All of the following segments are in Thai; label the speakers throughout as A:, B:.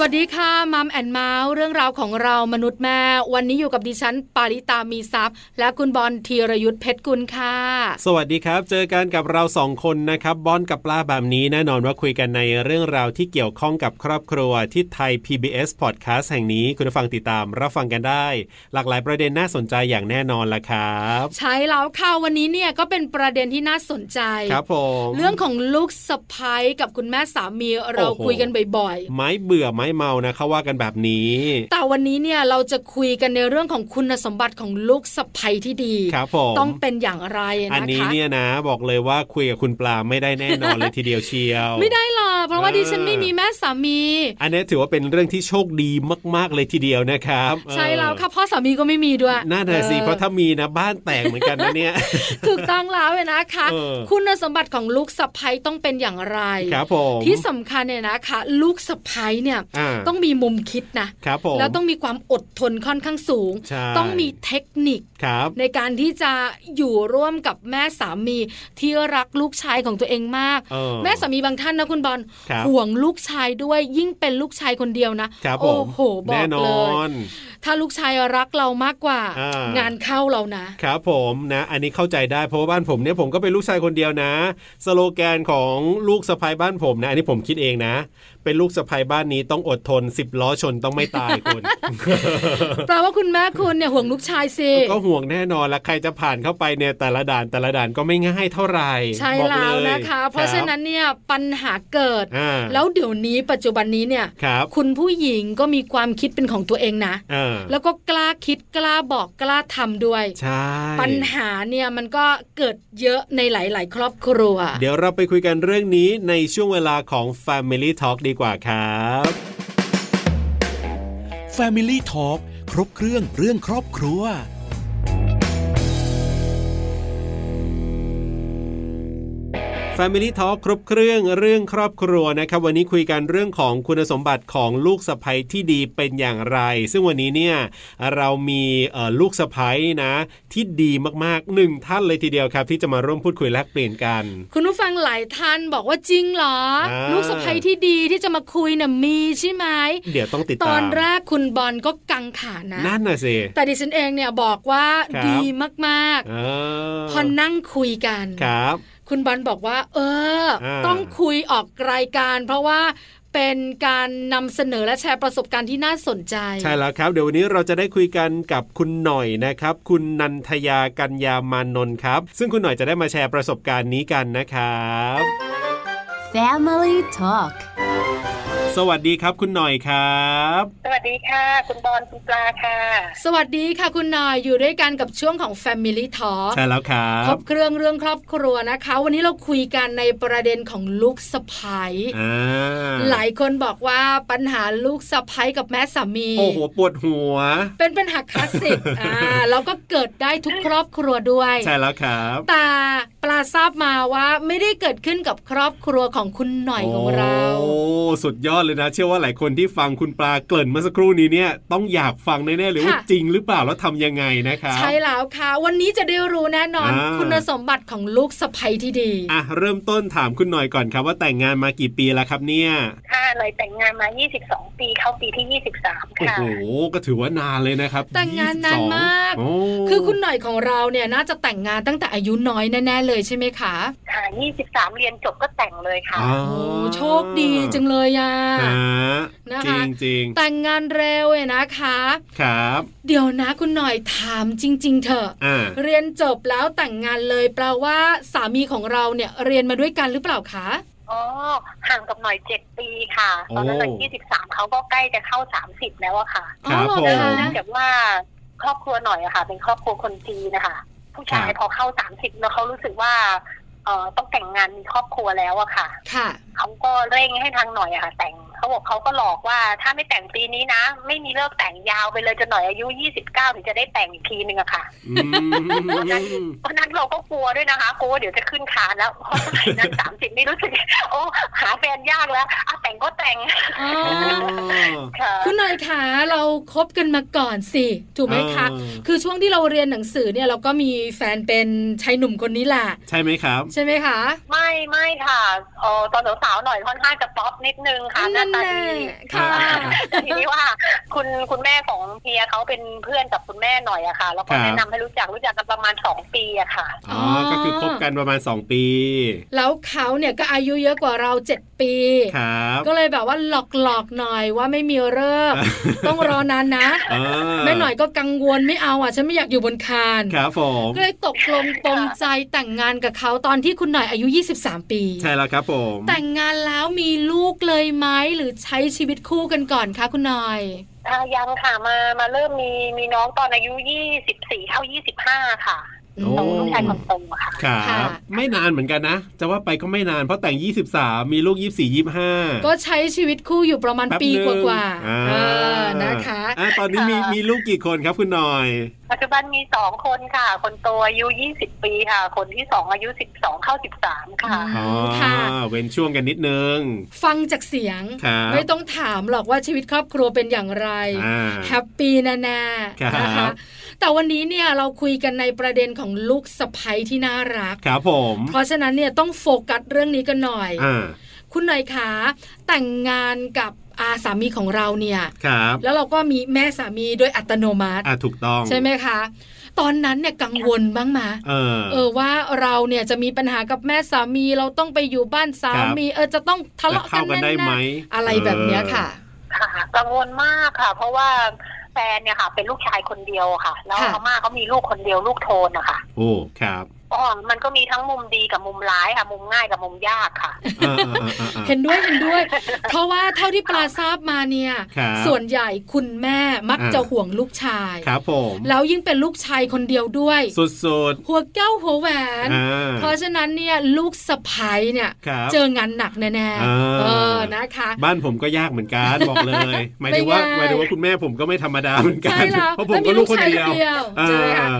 A: สวัสดีค่ะมัมแอนเมาส์เรื่องราวของเรามนุษย์แม่ วันนี้อยู่กับดิฉัน ปาริตามีซัพย์ และคุณบอลธีรยุทธเพชรกุลค่ะ
B: สวัสดีครับ เจอกันกับเราสองคนนะครับ บอนกับปลาแบบนี้แน่นอนว่าคุยกันในเรื่องราวที่เกี่ยวข้องกับครอบครัวที่ไทย PBS Podcast แห่งนี้คุณผู้ฟังติดตามรับฟังกันได้ หลากหลายประเด็นน่าสนใจอย่างแน่นอนละครับ
A: ใช้แล้วค่ะวันนี้เนี่ยก็เป็นประเด็นที่น่าสนใจ
B: ครับผม
A: เรื่องของลูกสะพ้ยกับคุณแม่สามีเรา
B: โอ้โห
A: คุยกันบ่อย
B: ไม้เบื่อไม้เมานะเขาว่ากันแบบนี้
A: ๆ แต่วันนี้เนี่ยเราจะคุยกันในเรื่องของคุณสมบัติของลูกสะพ้ยที่ดี
B: ครับผม
A: ต้องเป็นอย่างไรนะคะ
B: อันนี้เนี่ยนะ บอกเลยว่าคุยกับคุณปลาไม่ได้แน่นอนเลยทีเดียวเชียว
A: ไม่ได้หรอกเพราะว่า
B: เออ
A: ดิฉันไม่มีแม่สามี
B: อันนี้ถือว่าเป็นเรื่องที่โชคดีมาก ๆเลยทีเดียวนะครับ
A: ใช่แล้วค่ะ
B: เอ
A: พ่อสามีก็ไม่มีด้วย
B: อน่าหนาสิ
A: ออ
B: เพราะถ้ามีนะบ้านแตกเหมือนกันนะเนี่ย
A: ถูกต้องแล้วเนี่ยนะคะ
B: เออ
A: คุณสมบัติของลูกสะพ้ยต้องเป็นอย่างไร
B: ครับผม
A: ที่สำคัญเนี่ยนะคะ ลูกสะพ้ยเนี่ย
B: อ่า
A: ต้องมีมุมคิดนะ
B: ครับผม
A: แล้วต้องมีความอดทนค่อนข้างสูง
B: ใช่
A: ต้องมีเทคนิค
B: ครับ
A: ในการที่จะอยู่ร่วมกับแม่สามีที่รักลูกชายของตัวเองมาก
B: เออ
A: แม่สามีบางท่านนะคุณบอล
B: ครับ
A: ห่วงลูกชายด้วยยิ่งเป็นลูกชายคนเดียวนะครับ
B: ผ
A: โอ้
B: ม
A: โหบอ
B: แน่
A: ก
B: น
A: เล
B: อย น
A: ถ้าลูกชายรักเรามากกว่า
B: อ่าง
A: งานเข้าเรานะ
B: ครับผมนะ อันนี้เข้าใจได้เพราะว่าบ้านผมเนี่ยผมก็เป็นลูกชายคนเดียวนะ สโลแกนของลูกสะพายบ้านผมนะ อันนี้ผมคิดเองนะ เป็นลูกสะพายบ้านนี้ต้องอดทนสิบล้อชนต้องไม่ตายคุณ
A: แปลว่าคุณแม่คุณเนี่ยห่วงลูกชายสิ
B: ก็ห่วงแน่นอนละใครจะผ่านเข้าไปเนี่ยแต่ละด่านแต่ละด่านก็ไม่ง่ายเท่าไหร่
A: ใช่
B: บอกเย
A: แล้วนะคะ เพราะฉะนั้นเนี่ยปัญหาเกิด
B: อ่า
A: แล้วเดี๋ยวนี้ปัจจุบันนี้เนี่ย
B: ครับ
A: คุณผู้หญิงก็มีความคิดเป็นของตัวเองนะ
B: อ่า
A: แล้วก็กล้าคิดกล้าบอกกล้าทำด้วย
B: ใช่
A: ปัญหาเนี่ยมันก็เกิดเยอะในหลาย ๆ ครอบครัว
B: เดี๋ยวเราไปคุยกันเรื่องนี้ในช่วงเวลาของ Family Talk ดีกว่าครับ
C: Family Talk ครบเครื่องเรื่องครอบครัว
B: f a m i l y ่ทอครบเครื่องเรื่องครอบครัวนะครับวันนี้คุยกันเรื่องของคุณสมบัติของลูกสะใภ้ที่ดีเป็นอย่างไร ซึ่งวันนี้เนี่ยเรามีเอ่อลูกสะใภ้นะที่ดีมากๆหนึ่งท่านเลยทีเดียวครับ ที่จะมาร่วมพูดคุยแลกเปลี่ยนกัน
A: คุณผู้ฟังหลายท่านบอกว่าจริงเหรอ
B: อ่า
A: ลูกสะใภ้ที่ดีที่จะมาคุยเนี่ยมีใช่ไหม
B: เดี๋ยวต้องติด
A: ต
B: ตาม
A: อนแรกคุณบอลก็กังขานะ
B: นั่นน่ะสิ
A: แต่ดิฉันเองเนี่ยบอกว่า
B: ครับ
A: ดีมาก
B: เออ
A: ๆ พอนั่งคุยกัน
B: ครับ
A: คุณบอลบอกว่า เออ
B: อ่า
A: ต้องคุยออกรายการ เพราะว่าเป็นการนำเสนอและแชร์ประสบการณ์ที่น่าสนใจ
B: ใช่แล้วครับเดี๋ยววันนี้เราจะได้คุยกันกับคุณหน่อยนะครับ คุณนันทยากัญญามานนท์ครับ ซึ่งคุณหน่อยจะได้มาแชร์ประสบการณ์นี้กันนะครับ
D: Family Talk
B: สวัสดีครับคุณหน่อยครับ
E: สวัสดีค่ะ คุณบอลคุณปลาค่ะ
A: สวัสดีค่ะคุณหน่อยอยู่ด้วยกันกับช่วงของ Family Talk
B: ใช่แล้วครั
A: คร
B: บบ
A: เครื่องเรื่องครอบครัวนะคะ วันนี้เราคุยกันในประเด็นของลูกสะใภ้
B: อ่า
A: หลายคนบอกว่าปัญหาลูกสะใภ้กับแม่สามี
B: โอ้โหปวดหัว
A: เป็นปัญหาคลาสสิก อ่าแล้วก็เกิดได้ทุกครอบครัวด้วย
B: ใช่แล้วครับ
A: แต่ปลาทราบมาว่าไม่ได้เกิดขึ้นกับครอบครัวของคุณหน่อยของเรา
B: โอ้สุดยอดเลยนะ เชื่อว่าหลายคนที่ฟังคุณปลาเกริ่นเมื่อสักครู่นี้เนี่ย ต้องอยากฟังแน่ๆเลยว่า
A: ค่ะ
B: จริงหรือเปล่าแล้วทำยังไงนะครับ
A: ใช่แล้วค่ะ วันนี้จะได้รู้แน่นอน
B: อ่า
A: คุณสมบัติของลูกสะใภ้ที่ดี
B: อ่ะเริ่มต้นถามคุณหน่อยก่อนครับว่าแต่งงานมากี่ปีแล้วครับเนี่ย
E: ค่ะหน่อยแต่งงานมา 22 ปี เข้าปีที่ 23
B: โอ้
E: ค่ะ
B: โหก็ถือว่านานเลยนะครับ
A: แต่งงานนาน
B: 22
A: มาก
B: โอ้
A: คือคุณหน่อยของเราเนี่ยน่าจะแต่งงานตั้งแต่อายุน้อยแน่ๆเลยใช่ไหมคะ
E: ค่ะ 23 เรียนจบก็แต่งเลยค่ะ
B: อ๋อ
A: โอ้โชคดีจังเลยอะ
B: ฮะ
A: นะคะ
B: จริงจริงๆ
A: แต่งงานเร็วเนี่ยนะคะ
B: ครับ
A: เดี๋ยวนะคุณหน่อยถามจริง ๆ เถอะ
B: อ่า
A: เรียนจบแล้วแต่งงานเลยแปลว่าสามีของเราเนี่ยเรียนมาด้วยกันหรือเปล่าคะ
E: อ๋อ ห่างกับหน่อย 7 ปีค่ะ
B: โอ้
E: ตอนนั้นหน่อย23 เขาก็ใกล้จะเข้า 30 แล้วอะค่ะ
B: ครับ
A: อ๋อ
B: ผ
A: เหรอ
B: ม
A: คะ
E: เนื่องจากว่าครอบครัวหน่อยอะค่ะ เป็นครอบครัวคนจีนนะคะ ผู้ชา
B: ค
E: ย
B: รับ
E: พอเข้า 30แล้วเขารู้สึกว่าเอ่อต้องแต่งงานมีครอบครัวแล้วอะค่ะ
A: ค่ะ
E: เขาก็เร่งให้ทางหน่อยอะค่ะ แต่ง เขาบอกเขาก็หลอกว่าถ้าไม่แต่งปีนี้นะ ไม่มีเลิกแต่งยาวไปเลยจนหน่อยอายุ 29ถึงจะได้แต่งอีกทีนึงอะค่ะ
B: อืม
E: เพราะนั้นเราก็กลัวด้วยนะคะกลัวว่าเดี๋ยวจะขึ้นคานแล้วเพราะสมัยนั้นสามสิบนี่รู้สึก โอ้หาแฟนยากแล้วอะแต่งก็แต่ง
A: อ๋อ
B: อ๋อ
E: ค่ะ
A: คุณหน่อยคะเราคบกันมาก่อนสิถูกไหมคะ
B: เออ
A: คือช่วงที่เราเรียนหนังสือเนี่ยเราก็มีแฟนเป็นชายหนุ่มคนนี้แหละ
B: ใช่ไหมครับ
A: ใช่ไหมคะ
E: ไม่ไม่ค่ะเอ่อตอนสาวๆหน่อยค่อนข้างจะป๊อปนิดนึงค่ะหน้าตาดี
A: ค่ะ
B: อ่า
E: ทีนี้ว่าคุณคุณแม่ของเฮียเขาเป็นเพื่อนกับคุณแม่หน่อยอะค่ะ แล้ว
B: ค
E: ก็
B: รับ
E: แนะนำให้รู้จักรู้จักกันประมาณสองปีอะค่ะ
B: อ๋อ
A: อ๋อ
B: ก็คือคบกันประมาณ 2 ปี
A: แล้วเขาเนี่ยก็อายุเยอะกว่าเราเจ็ดปี
B: ครับ
A: ก็เลยแบบว่าหลอกหลอกๆหน่อยว่าไม่มีเลิ กษ์ ต้องรอนานนะ
B: เอ
A: แม่หน่อยก็กังวลไม่เอาอ่ะฉันไม่อยากอยู่บนคาน
B: ครับผม
A: ก็เลยตกลงปรงใจแต่งงานกับเขาตอนที่คุณหน่อยอายุ 23 ปี
B: ใช่แล้วครับผม
A: แต่งงานแล้วมีลูกเลยไหมหรือใช้ชีวิตคู่กันก่อนคะคุณหน่อย
E: อ่ายังค่ะมามาเริ่มมีมีน้องตอนอายุยี่สิบสี่เข้ายี่สิบห้าค่ะ
B: โอ้
E: น้องลูกชายคนโตค่ะ
B: ครั
A: ค่ะ
B: บ ไม่นานเหมือนกันนะ จะว่าไปก็ไม่นานเพราะแต่ง 23 มีลูก 24 25
A: ก็ใช้ชีวิตคู่อยู่ประมาณ
B: แป๊บ
A: ปี
B: หนึ่ง
A: กว่า
B: อ่
A: ๆเออนะคะ
B: อ่ตอนนี้มี
E: ค่ะ
B: มีลูกกี่คนครับคุณหน่อย
E: ปัจจุบันมีสองคนค่ะ คนโตอายุยี่สิบปีค่ะ คนที่สองอายุสิบสองเข้าสิบสามค่ะ
A: อืม
B: อ๋อ
A: ค่ะ
B: เว้นช่วงกันนิดนึง
A: ฟังจากเสียง
B: ครับ
A: ไม่ต้องถามหรอกว่าชีวิตครอบครัวเป็นอย่างไร
B: อ่า
A: แฮปปี้แน่
B: ครับ
A: ๆนะคะแต่วันนี้เนี่ยเราคุยกันในประเด็นของลูกสะใภ้ที่น่ารัก
B: ครับผม
A: เพราะฉะนั้นเนี่ยต้องโฟกัสเรื่องนี้กันหน่อย
B: อ่า
A: คุณหน่อยคะแต่งงานกับอาสามีของเราเนี่ย
B: ครับ
A: แล้วเราก็มีแม่สามีโดยอัตโนมัติ
B: อ่าถูกต้อง
A: ใช่ไหมคะ ตอนนั้นเนี่ยกังวลบ้างไหมะ
B: เออ
A: เออว่าเราเนี่ยจะมีปัญหากับแม่สามีเราต้องไปอยู่บ้านสามี เออจะต้องทะเลาะ
B: จะ
A: กั
B: เข้าน กัน
A: แน่
B: ได้ไหม
A: ๆอะไรแบบเนี้ยค่ะ
E: ค่ะกังวลมากค่ะ เพราะว่าแฟนเนี่ยค่ะ เป็นลูกชายคนเดียวค่ะ แล้ว
A: ค่ะ
E: อาม่าเขามีลูกคนเดียวลูกโทนนะคะ
B: โอ้ครับ
E: อ๋อมันก็มีทั้งมุมดีกับมุมร้ายค่ะ มุมง่ายกับมุมยากค่ะ
B: อ่าอ่าอ่าอ่า
A: เห็นด้วยเห็นด้วย เพราะว่าเท่าที่ปลาทราบมาเนี่ย
B: ครับ
A: ส่วนใหญ่คุณแม่มัก
B: อ่า
A: จะห่วงลูกชาย
B: ครับผม
A: แล้วยิ่งเป็นลูกชายคนเดียวด้วย
B: สุดๆ
A: หัวแก้วหัวแหวน
B: อ่า
A: เพราะฉะนั้นเนี่ยลูกสะพ้ยเนี่ย
B: ครับ
A: เจองานหนักแน่
B: อ่า
A: ๆเออนะคะ
B: บ้านผมก็ยากเหมือนกันบอกเลยหมายถึง
A: ไม่
B: ว่า
A: ง่าย
B: หมายถึงว่าคุณแม่ผมก็ไม่ธรรมดาเหมือนกั
A: ใช่
B: น
A: แล้ว
B: เพราะผ
A: แล้
B: ม
A: ว
B: ก็
A: มี
B: ลู
A: ลู
B: ก
A: ก
B: คน
A: ชายค
B: เดีย
A: น
B: ว
A: เดียว
B: อ่า
A: ใช่ไหมคะ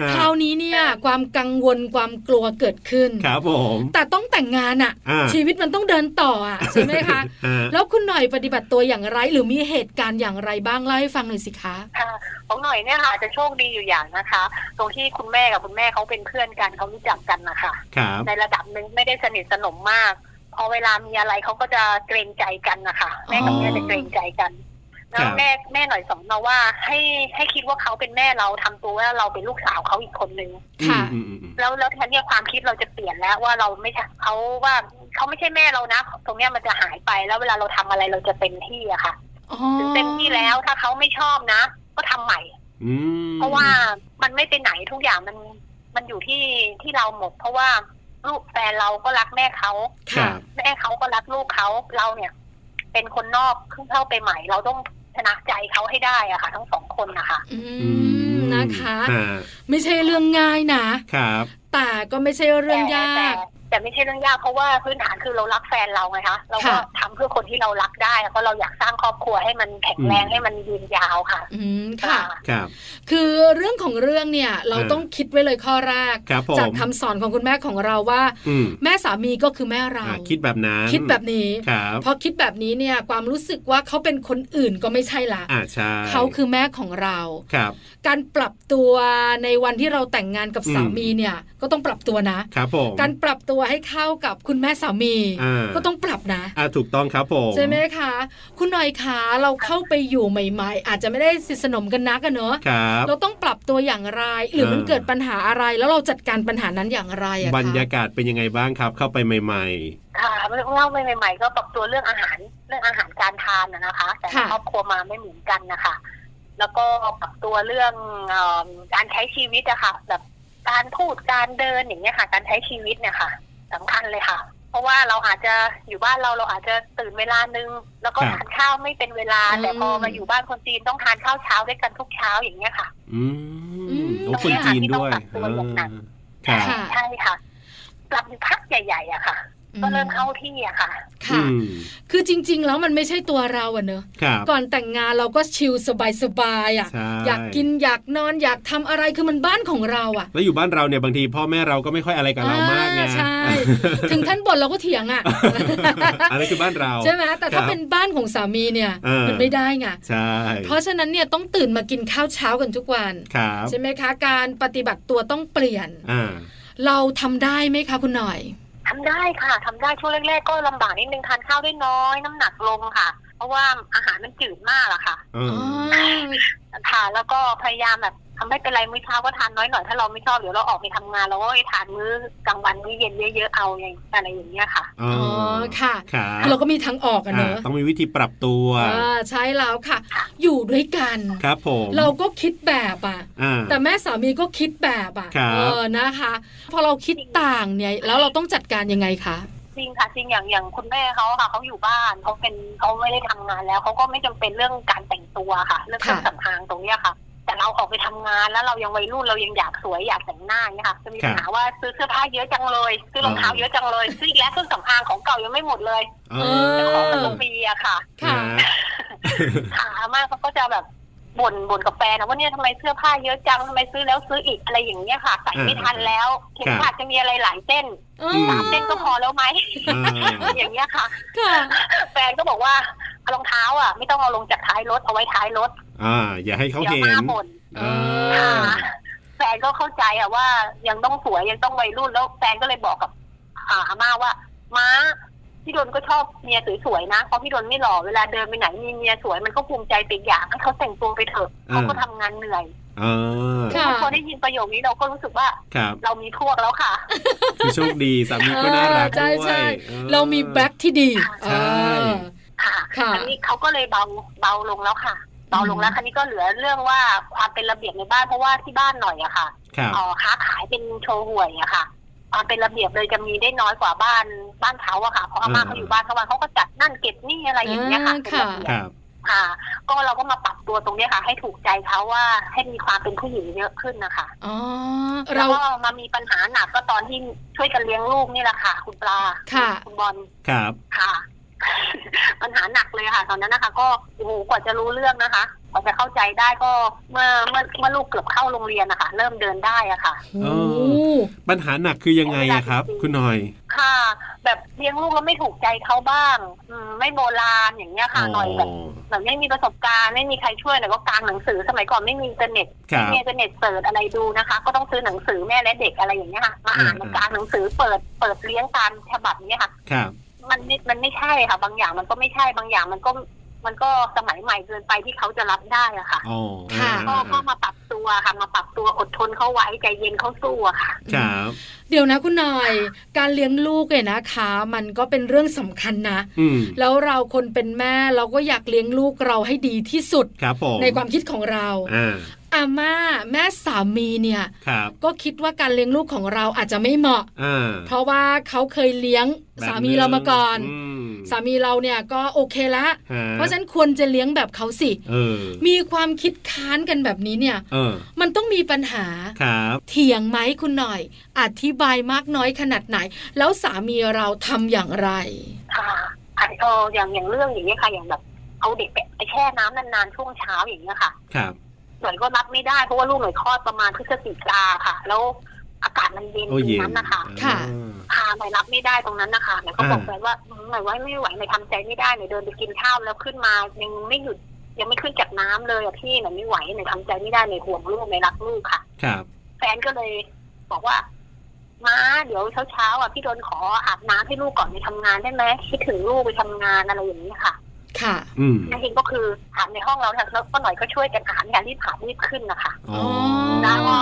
B: อ่
A: คราวนี้เนี่ยความกังวลความกลัวเกิดขึ้น
B: ครับผม
A: แต่ต้องแต่งงานอะ
B: อ่า
A: ชีวิตมันต้องเดินต่ออะใช่ไหม คะ
B: อ่า
A: แล้วคุณหน่อยปฏิบัติตัวอย่างไร หรือมีเหตุการณ์อย่างไรบ้างเล่าให้ฟังหน่อยสิคะ
E: ค่ะของหน่อยเนี่ยค่ะจะโชคดีอยู่อย่างนะคะ ตรงที่คุณแม่กับคุณแม่เขาเป็นเพื่อนกันเขารู้จักกันนะคะ
B: ครับ
E: ในระดับหนึ่งไม่ได้สนิทสนมมาก พอเวลามีอะไรเขาก็จะเกรงใจกันนะคะแม่กับแม่จะเกรงใจกันแล้วแม่แม่หน่อยสอนเราว่า ให้ให้คิดว่าเขาเป็นแม่เราทำตัวว่าเราเป็นลูกสาวเขาอีกคนนึง
A: ค่ะ
B: อืมอืมอืม
E: แล้วแล้วทีนี้ความคิดเราจะเปลี่ยนแล้วว่าเราไม่ใช่เขาว่าเขาไม่ใช่แม่เรานะ ตรงเนี้ยมันจะหายไปแล้วเวลาเราทำอะไรเราจะเต็มที่อะค่ะ
A: อ๋อ
E: ถึงเต็มที่แล้วถ้าเขาไม่ชอบนะ ก็ทำใหม่
B: อืม
E: เพราะว่ามันไม่ไปไหนทุกอย่างมันมันอยู่ที่ที่เราหมด เพราะว่าลูกแฟนเราก็รักแม่เขา
B: ค
A: ค่ะ
B: รับ
E: แม่เขาก็รักลูกเขาเราเนี่ย เป็นคนนอกเพิ่งเข้าไปใหม่ เราต้องชนะใจเขาให้ได้อะค่ะ ทั้งสองคนนะคะ
A: อื
B: อื
A: ม
B: ม
A: นะคะ
B: อ่า
A: ไม่ใช่เรื่องง่ายนะ
B: ครับ
A: แต่ก็ไม่ใช่เรื่องยาก
E: แต่แต่แต่ไม่ใช่เรื่องยากเพราะว่าพื้นฐานคือเรารักแฟนเราไงคะเราก็
A: ค่ะ
E: ทำเพื่อคนที่เรารักได้เพราะเราอยากสร้างครอบครัวให้มันแข็งแรง
B: อืม
E: ให้มันยืนยาวค่ะ
A: อืมค่ะ
B: ครับ
A: คือเรื่องของเรื่องเนี่ยเรา
B: เออ
A: ต้องคิดไว้เลยข้อแรก
B: ครับผม
A: จากคำสอนของคุณแม่ของเราว่า
B: อืม
A: แม่สามีก็คือแม่เรา
B: อ่าคิดแบบนั้น
A: คิดแบบนี้
B: ครับ
A: พอคิดแบบนี้เนี่ยความรู้สึกว่าเขาเป็นคนอื่นก็ไม่ใช่ละ
B: อ่าใช่
A: เขาคือแม่ของเรา
B: ครับ
A: การปรับตัวในวันที่เราแต่งงานกับ
B: อืม
A: สามีเนี่ยก็ต้องปรับตัวนะ
B: ครับผม
A: การปรับตัวให้เข้ากับคุณแม่สามี
B: อ่า
A: ก็ต้องปรับนะ
B: อ่าถูกต้องครับผม
A: ใช่ไหมคะ คุณหน่อยคะเราเข้าไปอยู่ใหม่ ๆ อาจจะไม่ได้สนิทสนมกันนักอะเนอะ
B: ครับ
A: เราต้องปรับตัวอย่างไร หรือมัน
B: เออ
A: เกิดปัญหาอะไรแล้วเราจัดการปัญหานั้นอย่างไรอะคะ
B: บรรยากาศเป็นยังไงบ้างครับ เข้าไปใหม่
E: ค่ะเล่าไปใหม่ ๆ ก็ปรับตัวเรื่องอาหารเรื่องอาหารการทานนะนะคะ แต่ละครอบครัวมาไม่เหมือนกันนะคะแล้วก็ปรับตัวเรื่องเออการใช้ชีวิตอะค่ะ แบบการพูดการเดินอย่างเงี้ยค่ะ การใช้ชีวิตเนี่ยค่ะสำคัญเลยค่ะ เพราะว่าเราอาจจะอยู่บ้านเราเราอาจจะตื่นเวลานึง แล้วก็
B: ครับ
E: ทานข้าวไม่เป็นเวลา แต่พอมาอยู่บ้านคนจีนต้องทานข้าวเช้าด้วยกันทุกเช้าอย่างเงี้ยค่ะ
B: ๆ อืมโอ้คนจีนด้วย
E: ต้องปรับตัวอย่างหนัก
B: อ่าครับ
E: ใช่ค่ะปรับอยู่พักใหญ่ๆอะค่ะ ก็เริ่มเข้าที่อะค่ะ
B: อื
A: ค่ะ
B: ม
A: คือจริง ๆ แล้วมันไม่ใช่ตัวเราอะเนอะ
B: ครับ
A: ก่อนแต่งงานเราก็ชิลสบายๆอะ
B: ใช่
A: อยากกินอยากนอนอยากทำอะไรคือมันบ้านของเราอะ
B: แล้วอยู่บ้านเราเนี่ยบางทีพ่อแม่เราก็ไม่ค่อยอะไรกับเรามากไง
A: อ่ใช่ ถึงท่านบ่นเราก็เถียงอ่ะ
B: อันนั้นคือบ้านเรา
A: ใช่ไหมแต่ถ้า
B: ครับ
A: เป็นบ้านของสามีเนี่ย
B: เออ
A: มันไม่ได้ไง
B: ใช่
A: เพราะฉะนั้นเนี่ยต้องตื่นมากินข้าวเช้ากันทุกวัน
B: ครับ
A: ใช่ไหมคะ การปฏิบัติตัวต้องเปลี่ยน
B: อ่า
A: เราทำได้ไหมคะคุณหน่อย
E: ทำได้ค่ะทำได้ช่วงแรกๆก็ลำบากนิดนึงทานข้าวได้น้อยน้ำหนักลงค่ะ เพราะว่าอาหารมันจืดมากอะค่ะ
B: เออ
A: อ๋อ
E: ค่ะแล้วก็พยายามแบบทำไม่เป็นไรมื้อเช้าก็ทานน้อยหน่อยถ้าเราไม่ชอบเดี๋ยวเราออกไปทำงานเราก็ไปทานมื้อกลางวันมื้อเย็นเยอะๆเอาอะไรอย่างเงี้ยค่ะ
B: อ๋อ
A: อ๋อค่ะ
B: ครับ
A: เราก็มีทางออกกันเน
B: อ่า
A: อะ
B: ต้องมีวิธีปรับตัว
A: อ่าใช่แล้วค่ะ อยู่ด้วยกัน
B: ครับผม
A: เราก็คิดแบบอ่ะ
B: อ่า
A: แต่แม่สามีก็คิดแบบอ่ะ
B: ครับ
A: เออ นะคะ พอเราคิดต่างเนี่ย แล้วเราต้องจัดการยังไงคะ
E: จริงค่ะจริงอย่างอย่างคุณแม่เขาอะค่ะเขาอยู่บ้านเขาเป็นเขาไม่ได้ทำงานแล้วเขาก็ไม่จำเป็นเรื่องการแต่งตัวค่ะ เรื่องเครื่อง
A: ค่ะ
E: สำอางตรงเนี้ยค่ะ แต่เราออกไปทำงานแล้วเรายังวัยรุ่นเรายังอยากสวยอยากแต่งหน้าเนี่ยค่ะจะมีปัญหาว่าซื้อเสื้อผ้าเยอะจังเลย ซื้อรองเท้าเยอะจังเลยซื้ออีกแล้วเครื่องสำอางของเก่ายังไม่หมดเลย
B: เออ
E: แต่ของมัน
A: เออ
E: ต้องมีอะค่ะ
A: ค่ะ
B: น
E: ขามาเขาก็จะแบบบ่นบ่นกับแฟนนะว่าเนี่ยทำไมเสื้อผ้าเยอะจังทำไมซื้อแล้วซื้ออีกอะไรอย่างเงี้ยค่ะใส่ไม่ทันแล้วเข็มขัดจะมีอะไรหลายเส้น
A: อื
B: ม
E: สามเส้นก็พอแล้วไหม
B: อ่า
E: อย่างเงี้ยค่ะ
A: ค่ะ
E: แฟนก็บอกว่ารองเท้าอ่ะ ไม่ต้องเอาลงจากท้ายรถเอาไว้ท้ายรถ
B: อ่า อย่าให้เขา
E: เดี๋ยว
B: เห็
E: มาน บ่น
A: เอ
B: อ่า
A: อ
E: ค่ะแฟนก็เข้าใจอ่ะว่ายังต้องสวยยังต้องวัยรุ่นแล้วแฟนก็เลยบอกกับอาอาม่าว่าม้าพี่ดนก็ชอบเมียสวยๆนะเพราะพี่ดนไม่หล่อเวลาเดินไปไหนมีเมียสวยมันก็ภูมิใจเป็นอย่างให้เขาแต่งตัวไปเถอะเขาก็ทำงานเหนื่อย
B: อ่า
A: ค่ะ
E: พอได้ยินประโยคนี้เราก็รู้สึกว่า
B: ครับ
E: เรามีพวกแล้วค่ะ
B: คือโชคดีสามีก็น่ารัก
A: ใช่
B: ด้วย
A: ใช่
B: ออ
A: เรามีแบ็คที่ดี
B: ใช่
A: เออ
E: ค่ะ
A: ค่ะ
E: อันนี้เขาก็เลยเบาเบาลงแล้วค่ะเบาลงแล้
A: อื
E: ว
A: ม
E: คันนี้ก็เหลือเรื่องว่าความเป็นระเบียบในบ้านเพราะว่าที่บ้านหน่อยอะค่ะ
B: ครับ
E: เอ๋อค้าขายเป็นโชว์หวยอะค่ะความเป็นระเบียบเลยจะมีได้น้อยกว่าบ้านบ้านเขาอะค่ะเพราะอาม่าเขาอยู่บ้านเขาวันเขาก็จัดนั่นเก็บนี่อะไรอย่างเงี้ยค่ะ
A: อ่า
E: เป็น
A: ค่ะ
E: ระเบียบ
B: ครับ
E: ค่ะ ก็เราก็มาปรับตัวตรงเนี้ยค่ะ ให้ถูกใจเขาว่าให้มีความเป็นผู้หญิงเยอะขึ้นนะคะ
A: อ๋อ
E: แล้
A: เรา
E: วก็มามีปัญหาหนักก็ตอนที่ช่วยกันเลี้ยงลูกนี่แหละค่ะ คุณปลา
A: ค่ะ
E: คุณบอล
B: ครับ
E: ค่ะ ปัญหาหนักเลยค่ะ ตอนนั้นนะคะ ก็โอ้โหกว่าจะรู้เรื่องนะคะ กว่าจะเข้าใจได้ก็เมื่อเมื่อเมื่อลูกเกือบเข้าโรงเรียนนะคะเริ่มเดินได้อะค่ะ
B: เอ
A: โอ้
B: อปัญหาหนักคือยังไงอะครับ คุณหน่อย
E: ค่ะ แบบเลี้ยงลูกแล้วไม่ถูกใจเขาบ้างอืมไม่โบราณอย่างเงี้ยค่ะหน่อยแบบแบบไม่มีประสบการณ์ไม่มีใครช่วยแต่ก็การหนังสือสมัยก่อนไม่มีอินเทอร์เน็ต
B: ครับ
E: ไม่มีอินเทอร์เน็ตเปิดอะไรดูนะคะ ก็ต้องซื้อหนังสือแม่และเด็กอะไรอย่างเงี้ยค่ะมาอ่าน
B: อืม
E: การหนังสือเปิดเปิดเลี้ยงตามฉบับเนี้ยค่ะ
B: ครับ
E: มันไม่มันไม่ใช่ค่ะ บางอย่างมันก็ไม่ใช่บางอย่างมันก็มันก็สมัยใหม่เกินไปที่เขาจะรับได้อะค่ะ
B: อ๋อ
A: ค่ะ
E: ก็
B: อ่า
E: ก็มาปรับตัวค่ะ มาปรับตัวอดทนเขาไว้ใจเย็นเขาสู้อะค่ะ
B: ครับ
A: เดี๋ยวนะคุณหน่อย การเลี้ยงลูกเนี่ยนะคะ มันก็เป็นเรื่องสำคัญนะ
B: อืม
A: แล้วเราคนเป็นแม่เราก็อยากเลี้ยงลูกเราให้ดีที่สุด
B: ครับผม
A: ในความคิดของเรา
B: อ่า
A: อาม่าแม่สามีเนี่ย
B: ครับ
A: ก็คิดว่าการเลี้ยงลูกของเราอาจจะไม่เหมาะ
B: อ่า
A: เพราะว่าเขาเคยเลี้ยงสามีเรามาก่อน
B: ม
A: สามีเราเนี่ยก็โอเคละ
B: ฮ
A: เพราะฉะนั้นควรจะเลี้ยงแบบเขาสิ
B: เออ
A: มีความคิดค้านกันแบบนี้เนี่ย
B: เออ
A: มันต้องมีปัญหา
B: ครับ
A: เถียงไหมคุณหน่อย อธิบายมากน้อยขนาดไหน แล้วสามีเราทำอย่างไร
E: ค่ะอันเอออย่างอย่างเรื่องอย่างเงี้ยค่ะ อย่างแบบเอาเด็กไปแช่น้ำนานๆช่วงเช้าอย่างเงี้ยค่ะ
B: ครับ
E: หน่อยก็รับไม่ได้เพราะว่าลูกหน่อยคลอดประมาณพฤศจิกาค่ะ แล้วอากาศมันเย็น
B: โอ้
E: ตร
B: เย็น
E: งนั้นนะคะ
A: ค่ะ
B: อ่า
E: พาหน่อยรับไม่ได้ตรงนั้นนะคะหน่อยก็บอก
B: อ่า
E: แฟนว่าอืมหน่อยว่าไม่ไหวหน่อยทำใจไม่ได้หน่อยเดินไปกินข้าวแล้วขึ้นมายังไม่หยุดยังไม่ขึ้นจากน้ำเลยอะพี่หน่อยไม่ไหวหน่อยทำใจไม่ได้หน่อยห่วงลูกหน่อยรักลูกค่ะ
B: ครับ
E: แฟนก็เลยบอกว่าม้าเดี๋ยวเช้าๆอ่ะพี่โดนขออาบน้ำให้ลูกก่อนไปทำงานได้ไหมคิดถึงลูกไปทำงานอะไรอย่างนี้ค่ะ
A: ค่ะ
B: อืม
E: นั่นเองก็คือถามในห้องเราค่ะแล้วก็หน่อยก็ช่วยกันถามอย่ารีบถามรีบขึ้นนะคะ
B: อ๋อ
E: ได้ว่า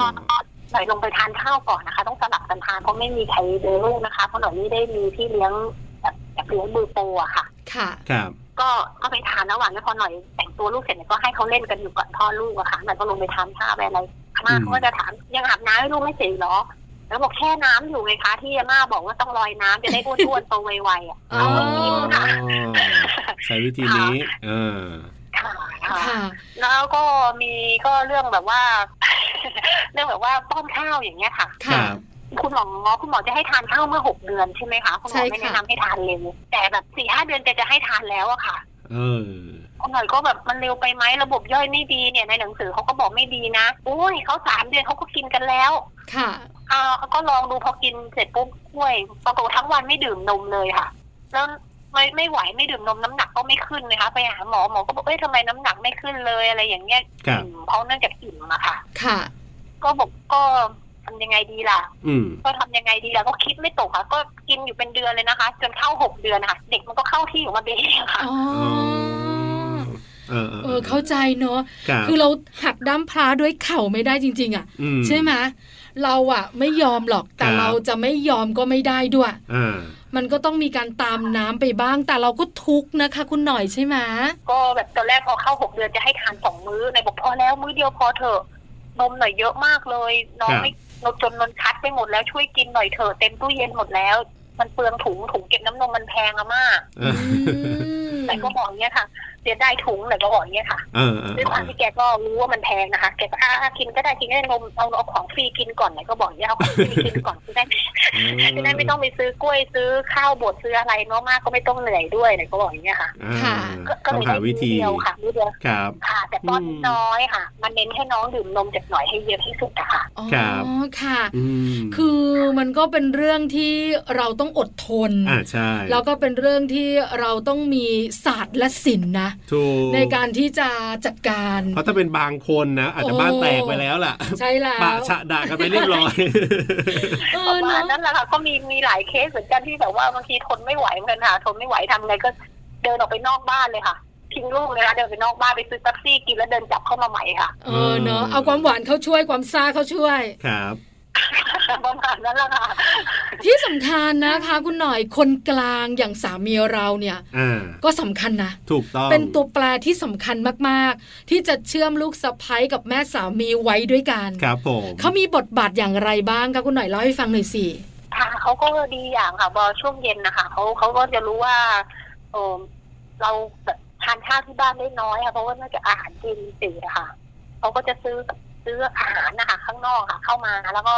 E: หน่อยลงไปทานข้าวก่อนนะคะ ต้องสลับกันทานเพราะไม่มีใครเดินลูกนะคะ เพราะหน่อยไม่ได้มีพี่เลี้ยงแบบแบบเลี้ยงมือโปรอะค่ะ
A: ค่ะ
B: ครับ
E: ก็ก็ไปทานระหว่างนั้นพอหน่อยแต่งตัวลูกเสร็จเนี่ยก็ให้เขาเล่นกันอยู่ก่อนพ่อดลูกอะค่ะหน่อยก็ลงไปทานข้าวไปอะไรอาม่าเขาก็จะถามยังอาบน้ำให้ลูกไม่เสร็จเหรอ แล้วบอกแช่น้ำอยู่ไงคะที่อาม่าบอกว่าต้องลอยน้ำจะได้อ้ วนๆโตไวๆอะ
A: อ๋อ
B: อ๋อใช้วิธีนี้เออ
E: ค่ะค่ะ
A: ค่ะ
E: แล้วก็ มีก็เรื่องแบบว่า เรื่องแบบว่าป้อนข้าวอย่างเงี้ยค่ะ
B: ครั
A: ค่ะ
B: บ
E: คุณหมอคุณหมอจะให้ทานข้าวเมื่อหกเดือนใช่ไหมคะคุณหมอ
A: ใช่
E: ไม่
A: ค่ะ
E: แนะนำให้ทานเร็วแต่แบบสี่ห้าเดือนแกจะให้ทานแล้วอะค่ะ
B: เออ
E: คุณหน่อยก็แบบมันเร็วไปไหมระบบย่อยไม่ดีเนี่ยในหนังสือเขาก็บอกไม่ดีนะอุ้ยเขาสามเดือนเขาก็กินกันแล้ว
A: ค่ะ
E: อ่าก็ลองดูพอกินเสร็จปุ๊บกล้วยปรากฏทั้งวันไม่ดื่มนมเลยค่ะ แล้วไม่ไม่ไหวไม่ดื่มนมน้ำหนักก็ไม่ขึ้นนะคะไปหาหมอหมอก็บอกเอ้ยทำไมน้ำหนักไม่ขึ้นเลยอะไรอย่างเงี้ย
B: ครับ
E: อิ่มเพราะเนื่องจากอิ่มอะค่ะ
A: ค่ะ
E: ก็บอกก็ทำยังไงดีล่ะ
B: อืม
E: ก็ทำยังไงดีล่ะก็คิดไม่ตกค่ะ ก็กินอยู่เป็นเดือนเลยนะคะ จนเข้าหกเดือนนะค่ะ เด็กมันก็เข้าที่ของมันเองค่ะ
A: อ๋อ
B: เออ
A: เออ เข้าใจเนอะ
B: รับ
A: คือเราหักด้ามพลาด้วยเข่าไม่ได้จริง ๆ อ่ะ
B: อื
A: ใช่ไหมเราอะไม่ยอมหรอกแต่
B: ครับ
A: เราจะไม่ยอมก็ไม่ได้ด้วย
B: อ่า
A: มันก็ต้องมีการตามน้ำไปบ้าง แต่เราก็ทุกข์นะคะ คุณหน่อยใช่ไหม
E: ก็แบบตอนแรกพอเข้าหกเดือนจะให้ทานสองมื้อในบอกพอแล้วมื้อเดียวพอเถอะนมหน่อยเยอะมากเลยน้องไม่นมจนนนคัดไปหมดแล้วช่วยกินหน่อยเถอะเต็มตู้เย็นหมดแล้ว มันเปลืองถุงถุงเก็บน้ำนมมันแพงอะมาก
B: เอ
A: อื
B: อ
A: ม
E: แต่ก็บอกอย่างเงี้ยค่ะเสียได้ถุงแต่ก็บอกอย่างเงี้ยค่ะ
B: เออเออ
E: ด้วยความที่แกก็รู้ว่ามันแพงนะคะแกก็อ่าๆกินก็ได้กินก็ได้นมเอาเอาของฟรีกินก่อนไหนก็บอกอย่างเงี้ยเอาของฟรีกินก่อนจะได้จะได้ไม่ต้องไปซื้อกล้วยซื้อข้าวบดซื้ออะไรเนาะมากก็ไม่ต้องเหนื่อยด้วยไหนก็บอกอย่างเงี้ยค่ะ
B: อ่า
E: ก็ก็
B: ต้อ
E: เล
B: งหา
E: ยได้
B: วิ
E: มื้อ
B: ธี
E: เดียวค่ะมื้อเดียว
B: ครับ
E: ค่ะ แต่ป้อน
B: อืม
E: น้อยค่ะ มันเน้นให้น้องดื่มนมจากหน่อยให้เยอะที่สุดอะค่ะ
A: อ๋อ
B: ครับ
A: ค่ะ
B: อืม
A: คือมันก็เป็นเรื่องที่เราต้องอดทน
B: อ่าใช่
A: แล้วก็เป็นเรื่องที่เราต้องมีศาสตร์และศิลป์นะ
B: ถูก
A: ในการที่จะจัดการ
B: เพราะถ้าเป็นบางคนนะอาจจะ
A: โอ้
B: บ้านแตกไปแล้วล่ะ
A: ใช่แล้ว
B: ปะฉะด่ากันไปเรียบร้อย
A: เอ
E: ป
A: อ
E: ระมา
A: เนาะ
E: ณนั้นแหละค่ะ ก็มีมีหลายเคสเหมือนกันที่แบบว่าบางทีทนไม่ไหวเหมือนกันค่ะ ทนไม่ไหวทำไงก็เดินออกไปนอกบ้านเลยค่ะ ทิ้งลูกเลยนะเดินไปนอกบ้านไปซื้อแป๊บซี่กินแล้วเดินกลับเข้ามาใหม่ค่ะ
A: เออเนาะเอาความหวานเขาช่วยความซ่าเขาช่วย
B: ครับ
E: ประมาณนั้นแหละค่ะ
A: ที่สำคัญนะคะ คุณหน่อยคนกลางอย่างสามีเราเนี่ย
B: อ่า
A: ก็สำคัญนะ
B: ถูกต้อง
A: เป็นตัวแปรที่สำคัญมากๆ ที่จะเชื่อมลูกสะพ้ยกับแม่สามีไว้ด้วยกัน
B: ครับผม
A: เขามีบทบาทอย่างไรบ้างคะคุณหน่อยเล่าให้ฟังหน่อยสิ
E: ค่ะเขาก็ดีอย่างค่ะพอช่วงเย็นนะคะเขาเขาก็จะรู้ว่าเออเราแบบทานข้าวที่บ้านได้น้อยค่ะเพราะว่าเนื่องจากอาหารจีนสีอะค่ะเขาก็จะซื้อซื้ออาหารนะคะ ข้างนอกค่ะ เข้ามาแล้วก็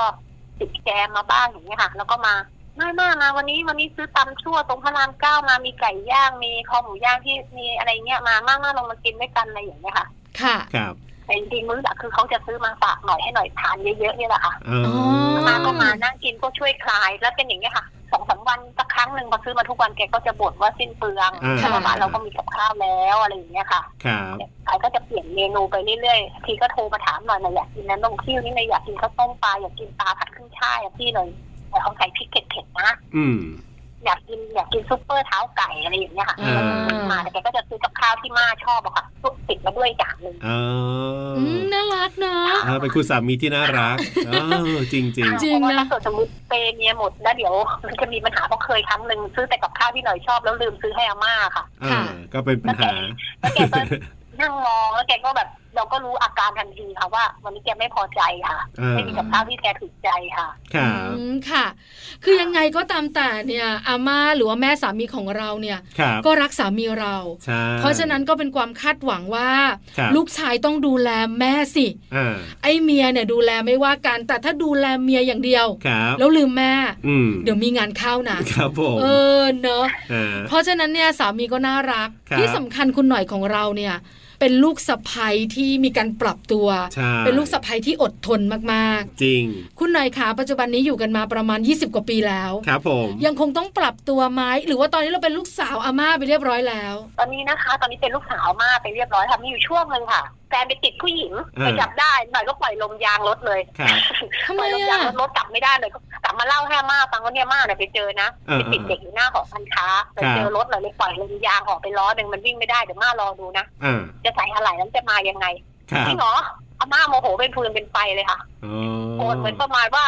E: ติดแกมมาบ้างอย่างเงี้ยค่ะ แล้วก็มาไม่ไม่มาวันนี้วันนี้ซื้อตำชั่วตรงพระรามเก้ามามีไก่ย่างมีคอหมูย่างที่มีอะไรเงี้ยมามามาลงมากินด้วยกันอะไรอย่างเงี้ยค่ะ
A: ค่ะ
B: ครับ
E: แต่จริงๆมื้อหลักคือเขาจะซื้อมาฝากหน่อยให้หน่อยทานเยอะๆนี่แหละค่ะ
B: เอออ
A: อ
E: มาก็มานั่งกินก็ช่วยคลายแล้วเป็นอย่างนี้ยค่ะสองสามวันสักครั้งหนึ่งพอซื้อมาทุกวันแกก็จะบ่นว่าสิ้นเปลือง
B: อ่า
E: แต่ประมาณเราก็มีกับข้าวแล้วอะไรอย่างเงี้ยค่ะ
B: ครับ
E: ใครก็จะเปลี่ยนเมนูไปเรื่อยๆทีก็โทรมาถามหน่อยหน่อยอยากกินน้ำนมเคี่ยวนี่หน่อยอยากกินข้าวต้มปลาอยากกินปลาผัดขึ้นช่ายอ่ะพี่หน่อยแต่เอาใส่พริกเผ็ดๆนะ
B: อืม
E: อยากกินอยากกินซุปเปอร์เท้าไก่อะไรอย่างเงี้ยค่ะ
A: อ่า
E: มาแต่แกก็จะซื้อกับข้าวที่ม่าชอบอะค่ะซุปติดมาด้วยอย่างหนึ่ง
B: เอออ
A: อืมน่ารักเนาะ
B: เออเป็นคุณสามีที่น่ารักเออจริงจริง
A: จริงนะ
E: เพาว่าถ้าเกิดสมมติเปย์เมียหมดแล้วเดี๋ยว มันจะมีปัญหาเพราะเคยครั้งหนึ่งซื้อแต่กับข้าวที่หน่อยชอบแล้วลืมซื้อให้อาม่าค่ะ
B: อ่าก็เป็นปัญหา
E: แล้วแกก็นั่งมองแล้วแกก็แบบเราก็รู้อาการทันทีค่ะว่าวันนี้แกไม่พอใจค่ะ
B: เออ
E: ไม่มีกับข้าวที่แกถูกใจค่ะ
B: ครับ
A: อืมค่ะ คือยังไงก็ตามแต่เนี่ยอาม่าหรือว่าแม่สามีของเราเนี่ย
B: ครับ
A: ก็รักสามีเรา
B: ใช่
A: เพราะฉะนั้นก็เป็นความคาดหวังว่า
B: ครับ
A: ลูกชายต้องดูแลแม่สิ
B: อ่า
A: ไอ้เมียเนี่ยดูแลไม่ว่ากัน แต่ถ้าดูแลเมียอย่างเดียว
B: ครับ
A: แล้วลืมแม่
B: อืม
A: เดี๋ยวมีงานเข้านะครับ
B: ผม
A: เออเนอะ
B: อ่า
A: เพราะฉะนั้นเนี่ยสามีก็น่ารัก
B: ครับ
A: ที่สำคัญคุณหน่อยของเราเนี่ย เป็นลูกสะใภ้ที่มีการปรับตัว
B: ใช่
A: เป็นลูกสะใภ้ที่อดทนมาก
B: จริง
A: ๆ คุณหน่อยขาปัจจุบันนี้อยู่กันมาประมาณ 20 กว่าปีแล้ว
B: ครับผม
A: ยังคงต้องปรับตัวไหมหรือว่าตอนนี้เราเป็นลูกสาวอาม่าไปเรียบร้อยแล้ว
E: ตอนนี้นะคะ ตอนนี้เป็นลูกสาวอาม่าไปเรียบร้อยค่ะมีอยู่ช่วงหนึ่งค่ะแฟนไปติดผู้หญิงไปจับได้หน่อยก็ปล่อยลมยางรถเลย
B: ครับ
A: ทำ
E: ป
A: ไม
E: ล่อยลมยา
A: อ่ะ
E: งรถรถกลับไม่ได้เลยก็กลับมาเล่าให้อาม่าฟังว่าเนี่ยอาม่าเนี่ยไปเจอนะ
B: เออ
E: ไป
B: เอ
E: ติด
B: อ
E: เด็กอยู่หน้าหอการค้าไป
B: ครับ
E: เจอรถเลยเลยปล่อยลมยางออกไปล้อหนึ่งมันวิ่งไม่ได้เดี๋ยวม่ารอดูนะ
B: อ่า
E: จะใส่อะไรแล้วจะมายังไง
B: ครับ
E: จริงเหรออาม่าโมโหเป็นฟืนเป็นไฟเลยค่ะ
B: อ๋อ
E: โกรธเหมือนประมาณว่า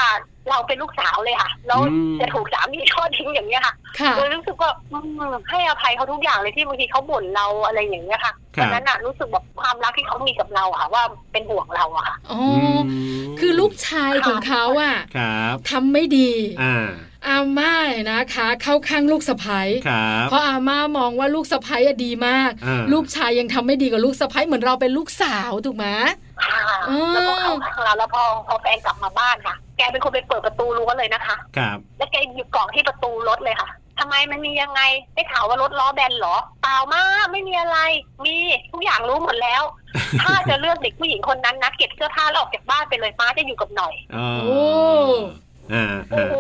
E: เราเป็นลูกสาวเลยค่ะ แล้ว
B: อืม
E: จะถูกสามีทอดทิ้งอย่างเงี้ยค่ะ
A: ค่ะ
E: เลยรู้สึกว่าอืมให้อภัยเขาทุกอย่างเลยที่บางทีเขาบ่นเราอะไรอย่างเงี้ยค่ะ
B: ครั
E: ดังนั้
B: บ
E: นน่ะรู้สึกแบบความรักที่เขามีกับเราอะค่ะว่าเป็นห่วงเราอะค่ะ
A: อ๋อ
B: อื
A: อ
B: ม
A: คือลูกชายของเขาอ่ะ
B: ครับ
A: ทำไม่ดี
B: อ่า
A: อาม่าเนี่ยนะคะ เข้าข้างลูกสะใภ้
B: ครับ
A: เพราะอาม่ามองว่าลูกสะใภ้อะดีมาก
B: อ่า
A: ลูกชายยังทำไม่ดีกับลูกสะใภ้เหมือนเราเป็นลูกสาวถูกไหม
E: ค่ะ
A: อืม
E: แล้วก็เขาข้างเราแล้วพอพอแฟนกลับมาบ้านค่ะ แกเป็นคนไปเปิดประตูรั้วเลยนะคะ
B: ครับ
E: แล้วแกหยิบกล่องที่ประตูรถเลยค่ะทำไมมันมียังไงได้ข่าวว่ารถล้อแบนเหรอเปล่ามาไม่มีอะไร มีทุกอย่างรู้หมด แล้ว ถ้าจะเลือกเด็กผู้หญิงคนนั้นนะเก็บเสื้อผ้าแล้วออกจากบ้านไปเลยมาจะอยู่กับหน่อย
B: เอ่อ
A: โอ้
B: อ่า
E: โอ้
B: อ่า
E: โห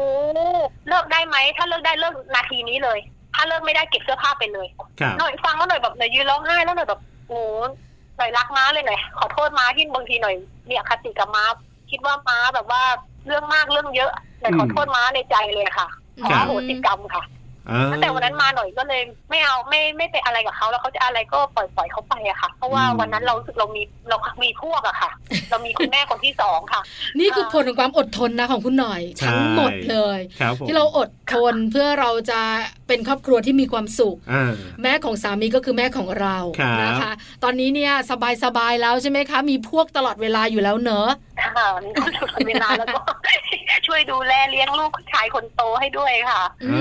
E: เลิกได้ไหม ถ้าเลิกได้เลิกนาทีนี้เลย ถ้าเลิกไม่ได้เก็บเสื้อผ้าไปเลย
B: ครับ
E: หน่อยฟังแล้วหน่อยแบบหน่อยยืนร้องไห้แล้วหน่อยแบบโอ้หน่อยรักม้าเลยหน่อยขอโทษม้าที่บางทีหน่อยมีอคติกับม้า คิดว่าม้าแบบว่าเรื่องมากเรื่องเยอะหน่อยขอโทษม้าในใจเลยค่ะขอ
B: ครับ
E: อโหสิกรรมค่ะ
B: อ่า
E: ตั้งแต่วันนั้นมาหน่อยก็เลยไม่เอาไม่ไม่ไปอะไรกับเขาแล้วเขาจะอะไรก็ปล่อยปล่อยเขาไปอะค่ะ เพราะว่าวันนั้นเรารู้สึกเรามีเรามีพวกอะค่ะ เรามีคุณแม่คนที่สองค่ะ
A: นี่คือผลของความอดทนนะของคุณหน่อย ทั้งหมดเลย
B: ครับผม
A: ที่เราอดทนเพื่อเราจะเป็นครอบครัวที่มีความสุข
B: อ่า
A: แม่ของสามีก็คือแม่ของเรา
B: ครับ
A: นะคะ ตอนนี้เนี่ยสบายสบายๆแล้วใช่ไหมคะ มีพวกตลอดเวลาอยู่แล้วเนอะ
E: ค่ะมีคนตลอดเวลาแล้วก็ ช่วยดูแลเลี้ยงลูกชายคนโตให้ด้วยค่ะ
A: อื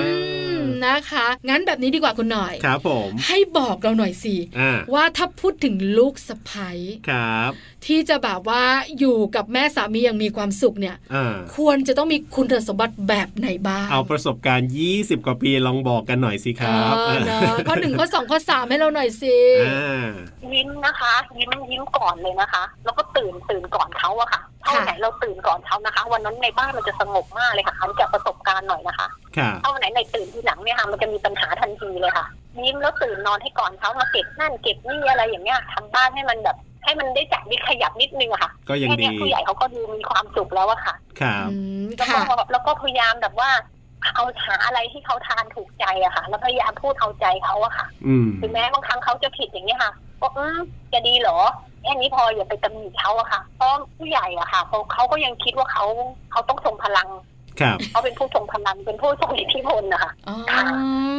A: มนะคะ งั้นแบบนี้ดีกว่าคุณหน่อย
B: ครับผม
A: ให้บอกเราหน่อยสิ
B: อ่า
A: ว่าถ้าพูดถึงลูกสะใภ้
B: ครับ
A: ที่จะแบบว่าอยู่กับแม่สามีอย่างมีความสุขเนี่ย
B: อ่า
A: ควรจะต้องมีคุณสมบัติแบบไหนบ้าง
B: เอาประสบการณ์ 20 กว่าปีลองบอกกันหน่อยสิครับ
A: เออเนอะข้อหนึ่งข้อสองข้อสามให้เราหน่อยสิ
B: อ่า
E: ยิ้มนะคะ ยิ้มยิ้มก่อนเลยนะคะ แล้วก็ตื่นตื่นก่อนเขาอะค่ะเท่าไหนเราตื่นก่อนเขานะคะ วันนั้นในบ้านมันจะสงบมากเลยค่ะคำจากประสบการณ์หน่อยนะคะ
B: ค่ะ
E: เท่าไหนในตื่นทีหลังเนี่ยค่ะมันจะมีปัญหาทันทีเลยค่ะ ยิ้มแล้วตื่นนอนให้ก่อนเขามาเก็บนั่นเก็บนี่อะไรอย่างเงี้ยทำบ้านให้มันแบบ ให้มันได้จัดนิดขยับนิดนึงอะค่ะ
B: ก็ยัง
E: แค่
B: ดี
E: เนี้ยผู้ใหญ่เขาก็ดูมีความสุขแล้วอะค่ะ
B: ครับ
A: อืม
E: แล้วก็
A: ค่ะ
E: แล้วก็พยายามแบบว่า เอาหาอะไรที่เขาทานถูกใจอะค่ะ แล้วพยายามพูดเอาใจเขาอะค่ะ
B: อืม
E: ถึงแม้บางครั้งเขาจะผิดอย่างนี้ยค่ะก็อืมจะดีเหรอแค่นี้พออย่าไปตำหนิเขาอะค่ะเพราะผู้ใหญ่อะค่ะเขาเขาก็ยังคิดว่าเขาเขาต้องทรงพลัง
B: ครับ
E: เขาเป็นผู้ทรงพลังเป็นผู้ทรงอิทธิพลนะคะ
A: อ๋อ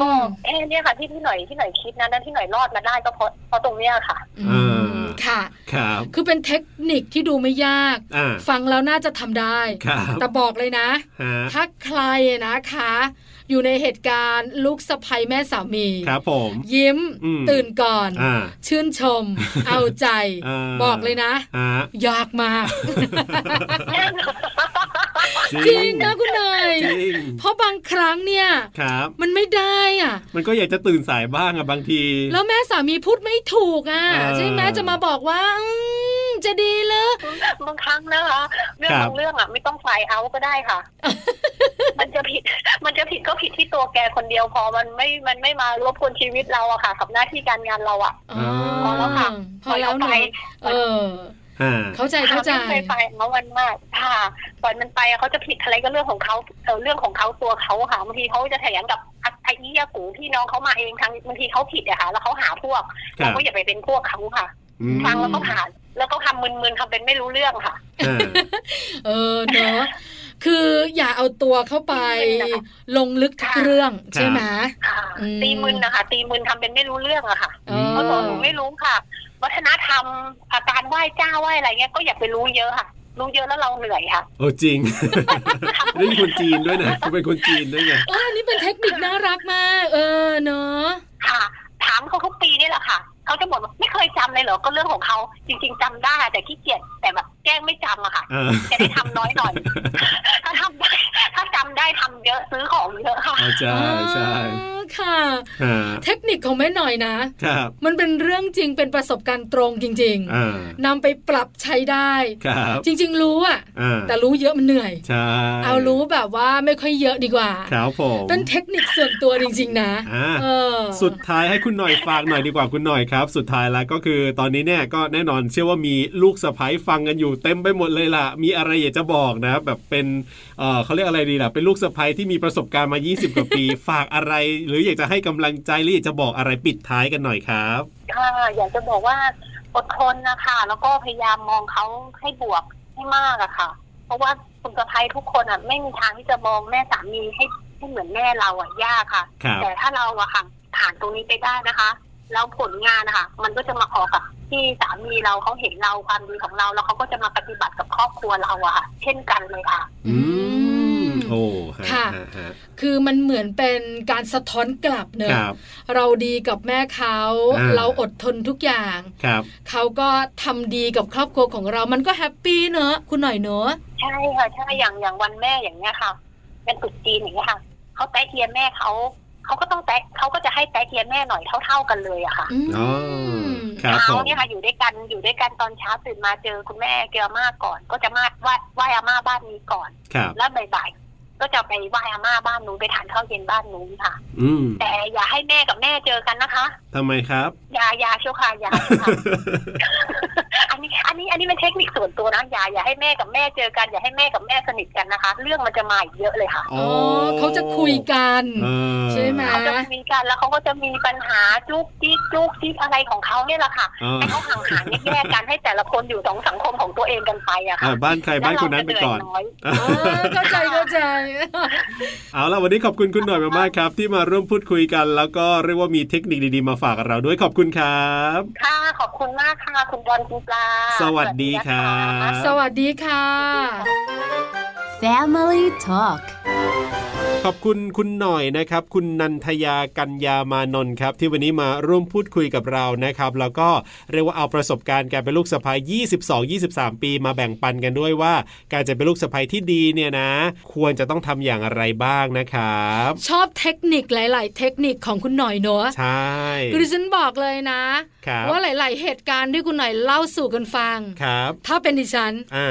E: ก็แค่เนี้ยค่ะที่ที่หน่อยที่หน่อยคิดนะนั่นที่หน่อยรอดมาได้ก็เพราะเพราะตรงเนี้ยค่ะ
A: อืมค่ะ
B: ครับ
A: คือเป็นเทคนิคที่ดูไม่ยาก
B: อ่า
A: ฟังแล้วน่าจะทำได้
B: ครับ
A: แต่บอกเลยนะ
B: ฮะ
A: ถ้าใครนะคะ อยู่ในเหตุการณ์ลูกสะใภ้แม่สามี
B: ครับผม
A: ยิ้ม
B: อืม
A: ตื่นก่อน
B: อ่า
A: ชื่นช ม เอาใจ
B: อ่า
A: บอกเลยนะ
B: ฮะ
A: ยาก มาก จริงนะคุณเนย
B: จริง
A: เพราะบางครั้งเนี่ย
B: ครับ
A: มันไม่ได้อ่ะ
B: มันก็อยากจะตื่นสายบ้างอะบางที
A: แล้วแม่สามีพูดไม่ถูกอ่ะ
B: เออ
A: ใช่ไหมจะมาบอกว่าอืมจะดีเหรอ
E: บางครั้งนะคะเรื่อง
B: ครับ
E: บางเรื่องอ่ะไม่ต้องไฟเอาก็ได้ค่ะ มันจะผิด มันจะผิดก็ผิดที่ตัวแกคนเดียวพอมันไม่มันไม่มารบกวนชีวิตเราอะค่ะกับหน้าที่การงานเราอะ
A: อ๋อ
E: พอแล้วค่ะ
A: พอแล้วเน
E: ปล่
A: อะ
E: อย
A: เออ
E: เขาไป
B: อ่า
A: เข้าใจเข้าใจ
E: ไม่ไฟเมามันมากค่ะปล่อยมันไปอะเขาจะผิดอะไรก็เรื่องของเขาเออเรื่องของเขาตัวเขาค่ะบางทีเขาจะแถลงกับอ่ะไอ้ยี่ยกูพี่น้องเขามาเองทั้งบางทีเขาผิดอะค่ะ แล้วเขาหาพวก
B: ครั
E: เรา
B: บ
E: ก็อย่าไปเป็นพวกเขาค่ะ
B: อืม
E: ฟังแล้วก็ผ่าน แล้วก็ทำมึนๆทำเป็นไม่รู้เรื่องค่ะ
B: อ่า
A: เออเน อะคืออย่าเอาตัวเข้าไป ลงลึกทุก
E: ค่ะ
A: เรื่อง
B: ครับ
A: ใช่ไหม
E: ค่ะ
A: อืม
E: ตีมึนนะคะ ตีมึนทำเป็นไม่รู้เรื่องอะค่ะ
A: เออ
E: เขาบอกหนูไม่รู้ค่ะ วัฒนธรรมอาการไหว้เจ้าไหว้อะไรเงี้ยก็อย่าไปรู้เยอะค่ะ รู้เยอะแล้วเราเหนื่อยค่ะ
B: โอ้จริง นี่คนจีนด้วยนะเขาเป็นคนจีนด้วยไง
A: เอออันนี้เป็นเทคนิคน่ารักมาก เออเนอะ
E: ค่ะ ถามเขาทุกปีนี่แหละค่ะเขาจะบอกว่าไม่เคยจำเลยเหรอก็เรื่องของเขาจริง ๆจำได้แต่ขี้เกียจแต่แบบแกล้งไม่จำอะค่ะ
B: เออ
E: จะได้ทำน้อยห น่อย ถ้าทำได้ถ้าจำได้ทำเยอะซื้อของเยอะค่ะ
B: เอาใช่ใช่
A: อ๋อค่ะ
B: ฮะ
A: เทคนิคของแม่หน่อยนะ
B: ครับ
A: มันเป็นเรื่องจริงเป็นประสบการณ์ตรงจริง
B: อ่า
A: ๆนำไปปรับใช้ได้
B: ครับ
A: จริง ๆ รู้อะ
B: อ่า
A: แต่รู้เยอะมันเหนื่อย
B: ใช่
A: เอารู้แบบว่าไม่ค่อยเยอะดีกว่า
B: ครับผม
A: เป็นเทคนิคส่วนตัวจริง ๆ นะ
B: อ่า
A: เออ
B: สุดท้ายให้คุณหน่อยฝากหน่อยดีกว่าคุณหน่อยครับ สุดท้ายแล้วก็คือตอนนี้เนี่ยก็แน่นอนเชื่อว่ามีลูกสะใภ้ฟังกันอยู่เต็มไปหมดเลยล่ะ มีอะไรอยากจะบอกนะ แบบเป็นเออเขาเรียกอะไรดีล่ะเป็นลูกสะใภ้ที่มีประสบการณ์มา 20 กว่าปี ฝากอะไร หรืออยากจะให้กำลังใจหรืออยากจะบอกอะไรปิดท้ายกันหน่อยครับ
E: ค่ะอยากจะบอกว่าอดทนนะคะ แล้วก็พยายามมองเขาให้บวกให้มากอะค่ะ เพราะว่าคุณสะพ้ยทุกคนอะไม่มีทางที่จะมองแม่สามีให้ให้เหมือนแม่เราอะยากค่ะ
B: ครับ
E: แต่ถ้าเราอะค่ะผ่านตรงนี้ไปได้นะคะ แล้วผลงานนะคะมันก็จะมาออกกับที่สามีเราเขาเห็นเราความดีของเรา แล้วเขาก็จะมาปฏิบัติกับครอบครัวเราอะค่ะ เช่นกันเลยค่ะ
B: อืม โอ้ฮะ
A: ค่ะ
B: ฮะฮะ
A: คือมันเหมือนเป็นการสะท้อนกลับเน
B: ค
A: อะ
B: รับ
A: เราดีกับแม่เขา
B: อ่า
A: เราอดทนทุกอย่าง
B: ครับ
A: เขาก็ทำดีกับครอบครัวของเรา มันก็แฮปปี้เนอะคุณหน่อยเนอะ
E: ใช่ค่ะใช่อย่างอย่างวันแม่อย่างเงี้ยค่ะเป็นตรุ๊จีนอย่างเงี้ยค่ะเขาแตะเทียนแม่เขาเขาก็ต้องแตะเขาก็จะให้แตะเทียนแม่หน่อยเท่า ๆกันเลยอะค่ะ
A: อืม
B: อ๋อ ครับผ
E: เช้าม เนี่ยค่ะอยู่ด้วยกันอยู่ด้วยกันตอนเช้าตื่นมาเจอคุณแม่เกลอาม่าก่อน ก็จะมาไหว้ไหว้อาม่าบ้านนี้ก่อน
B: ครับ
E: แล้วบ่ายๆก็จะไปไหว้อาม่าบ้านนู้นไปทานข้าวเย็นบ้านนู้นค่ะ
B: อืม
E: แต่อย่าให้แม่กับแม่เจอกันนะคะ
B: ทำไมครับ
E: อย่าอย่าเชียวค่ะอย่าเชียวค่ะ อันนี้อันนี้อันนี้มันเทคนิคส่วนตัวนะอย่าอย่าให้แม่กับแม่เจอกัน อย่าให้แม่กับแม่สนิทกันนะคะ เรื่องมันจะมาอีกเยอะเลยค่ะ
A: อ๋อเขาจะคุยกัน
B: เออ
A: ใช่ไหม
E: เขาจะมีกันแล้วเขาก็จะมีปัญหาจุกจิกจุกจิกอะไรของเขาเนี่ยแหละค่ะ
B: เออ
E: ให้เขาห่างหายแยกๆกันให้แต่ละคนอยู่สองสังคมของตัวเองกันไปอะ
B: อ่ะ
E: ค่ะ
B: บ้านใครบ้านคนนั้นไปก่อน
E: แล้วเราจะเห
A: เออเข้าใจเข้าใจ
B: เอาล่ะวันนี้ขอบคุณคุณหน่อยมากๆครับ ที่มาร่วมพูดคุยกัน แล้วก็เรียกว่ามีเทคนิคดีๆมาฝากเราด้วยขอบคุณครับ
E: นื่อยน้อยค่ะขอบคุณมากค่ะคุณบอลคุณปลา
B: สวัสดีครั
E: วัสดีนะคะ
B: บ
A: สวัสดีค่ะ
D: Family Talk
B: ขอบคุณคุณหน่อยนะครับ คุณนันทยากัญญามานนท์ครับ ที่วันนี้มาร่วมพูดคุยกับเรานะครับ แล้วก็เรียกว่าเอาประสบการณ์การเป็นลูกสะใภ้22 23 ปีมาแบ่งปันกันด้วยว่า การจะเป็นลูกสะใภ้ที่ดีเนี่ยนะ ควรจะต้องทำอย่างไรบ้างนะครับ
A: ชอบเทคนิคหลาย ๆ เทคนิคของคุณหน่อยเนอะ
B: ใช่
A: คือดิฉันบอกเลยนะ
B: ครับ
A: ว่าหลาย ๆ เหตุการณ์ที่คุณหน่อยเล่าสู่กันฟัง
B: ครับ
A: ถ้าเป็นดิฉัน
B: อ่า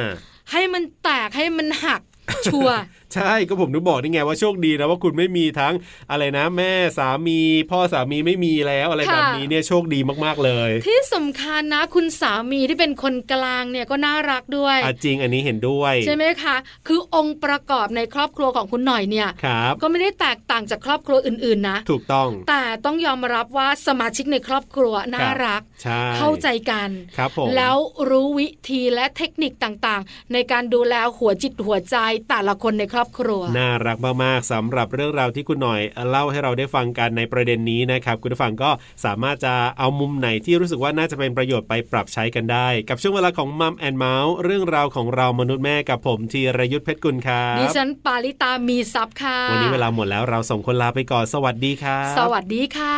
A: ให้มันแตกให้มันหัก ชั วร์
B: ใช่ก็ผมนึกบอกนี่ไงว่าโชคดีนะว่าคุณไม่มีทั้งอะไรนะ แม่สามี พ่อสามีไม่มีแล้วอะไรแบบ
A: ค่ะ
B: นี้เนี่ยโชคดีมากๆเลย
A: ที่สำคัญนะ คุณสามีที่เป็นคนกลางเนี่ยก็น่ารักด้วย
B: อ่ะจริงอันนี้เห็นด้วย
A: ใช่ไหมคะ คือองค์ประกอบในครอบครัวของคุณหน่อยเนี่ย
B: ครับ
A: ก็ไม่ได้แตกต่างจากครอบครัวอื่น ๆ นะ
B: ถูกต้อง
A: แต่ต้องยอมรับว่าสมาชิกในครอบครัวน่ารัก
B: ใช่
A: เข้าใจกัน
B: ครับผม
A: แล้วรู้วิธีและเทคนิคต่างๆ ในการดูแลหัวจิตหัวใจแต่ละคนในครอบครัว
B: น่ารักมากๆสำหรับเรื่องราวที่คุณหน่อยเล่าให้เราได้ฟังกันในประเด็นนี้นะครับ คุณผู้ฟังก็สามารถจะเอามุมไหนที่รู้สึกว่าน่าจะเป็นประโยชน์ไปปรับใช้กันได้ กับช่วงเวลาของมัมแอนเมาส์เรื่องราวของเรามนุษย์แม่กับผมธีรยุทธเพชรกุลครั
A: ดิ
B: บ
A: ฉันปาริตามีซับค่ะ
B: วันนี้เวลาหมดแล้วเราส่งคนลาไปก่อนสวัสดีครับ
A: สวัสดีค่ะ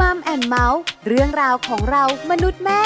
D: มัมแอนเมาส์เรื่องราวของเรามนุษย์แม่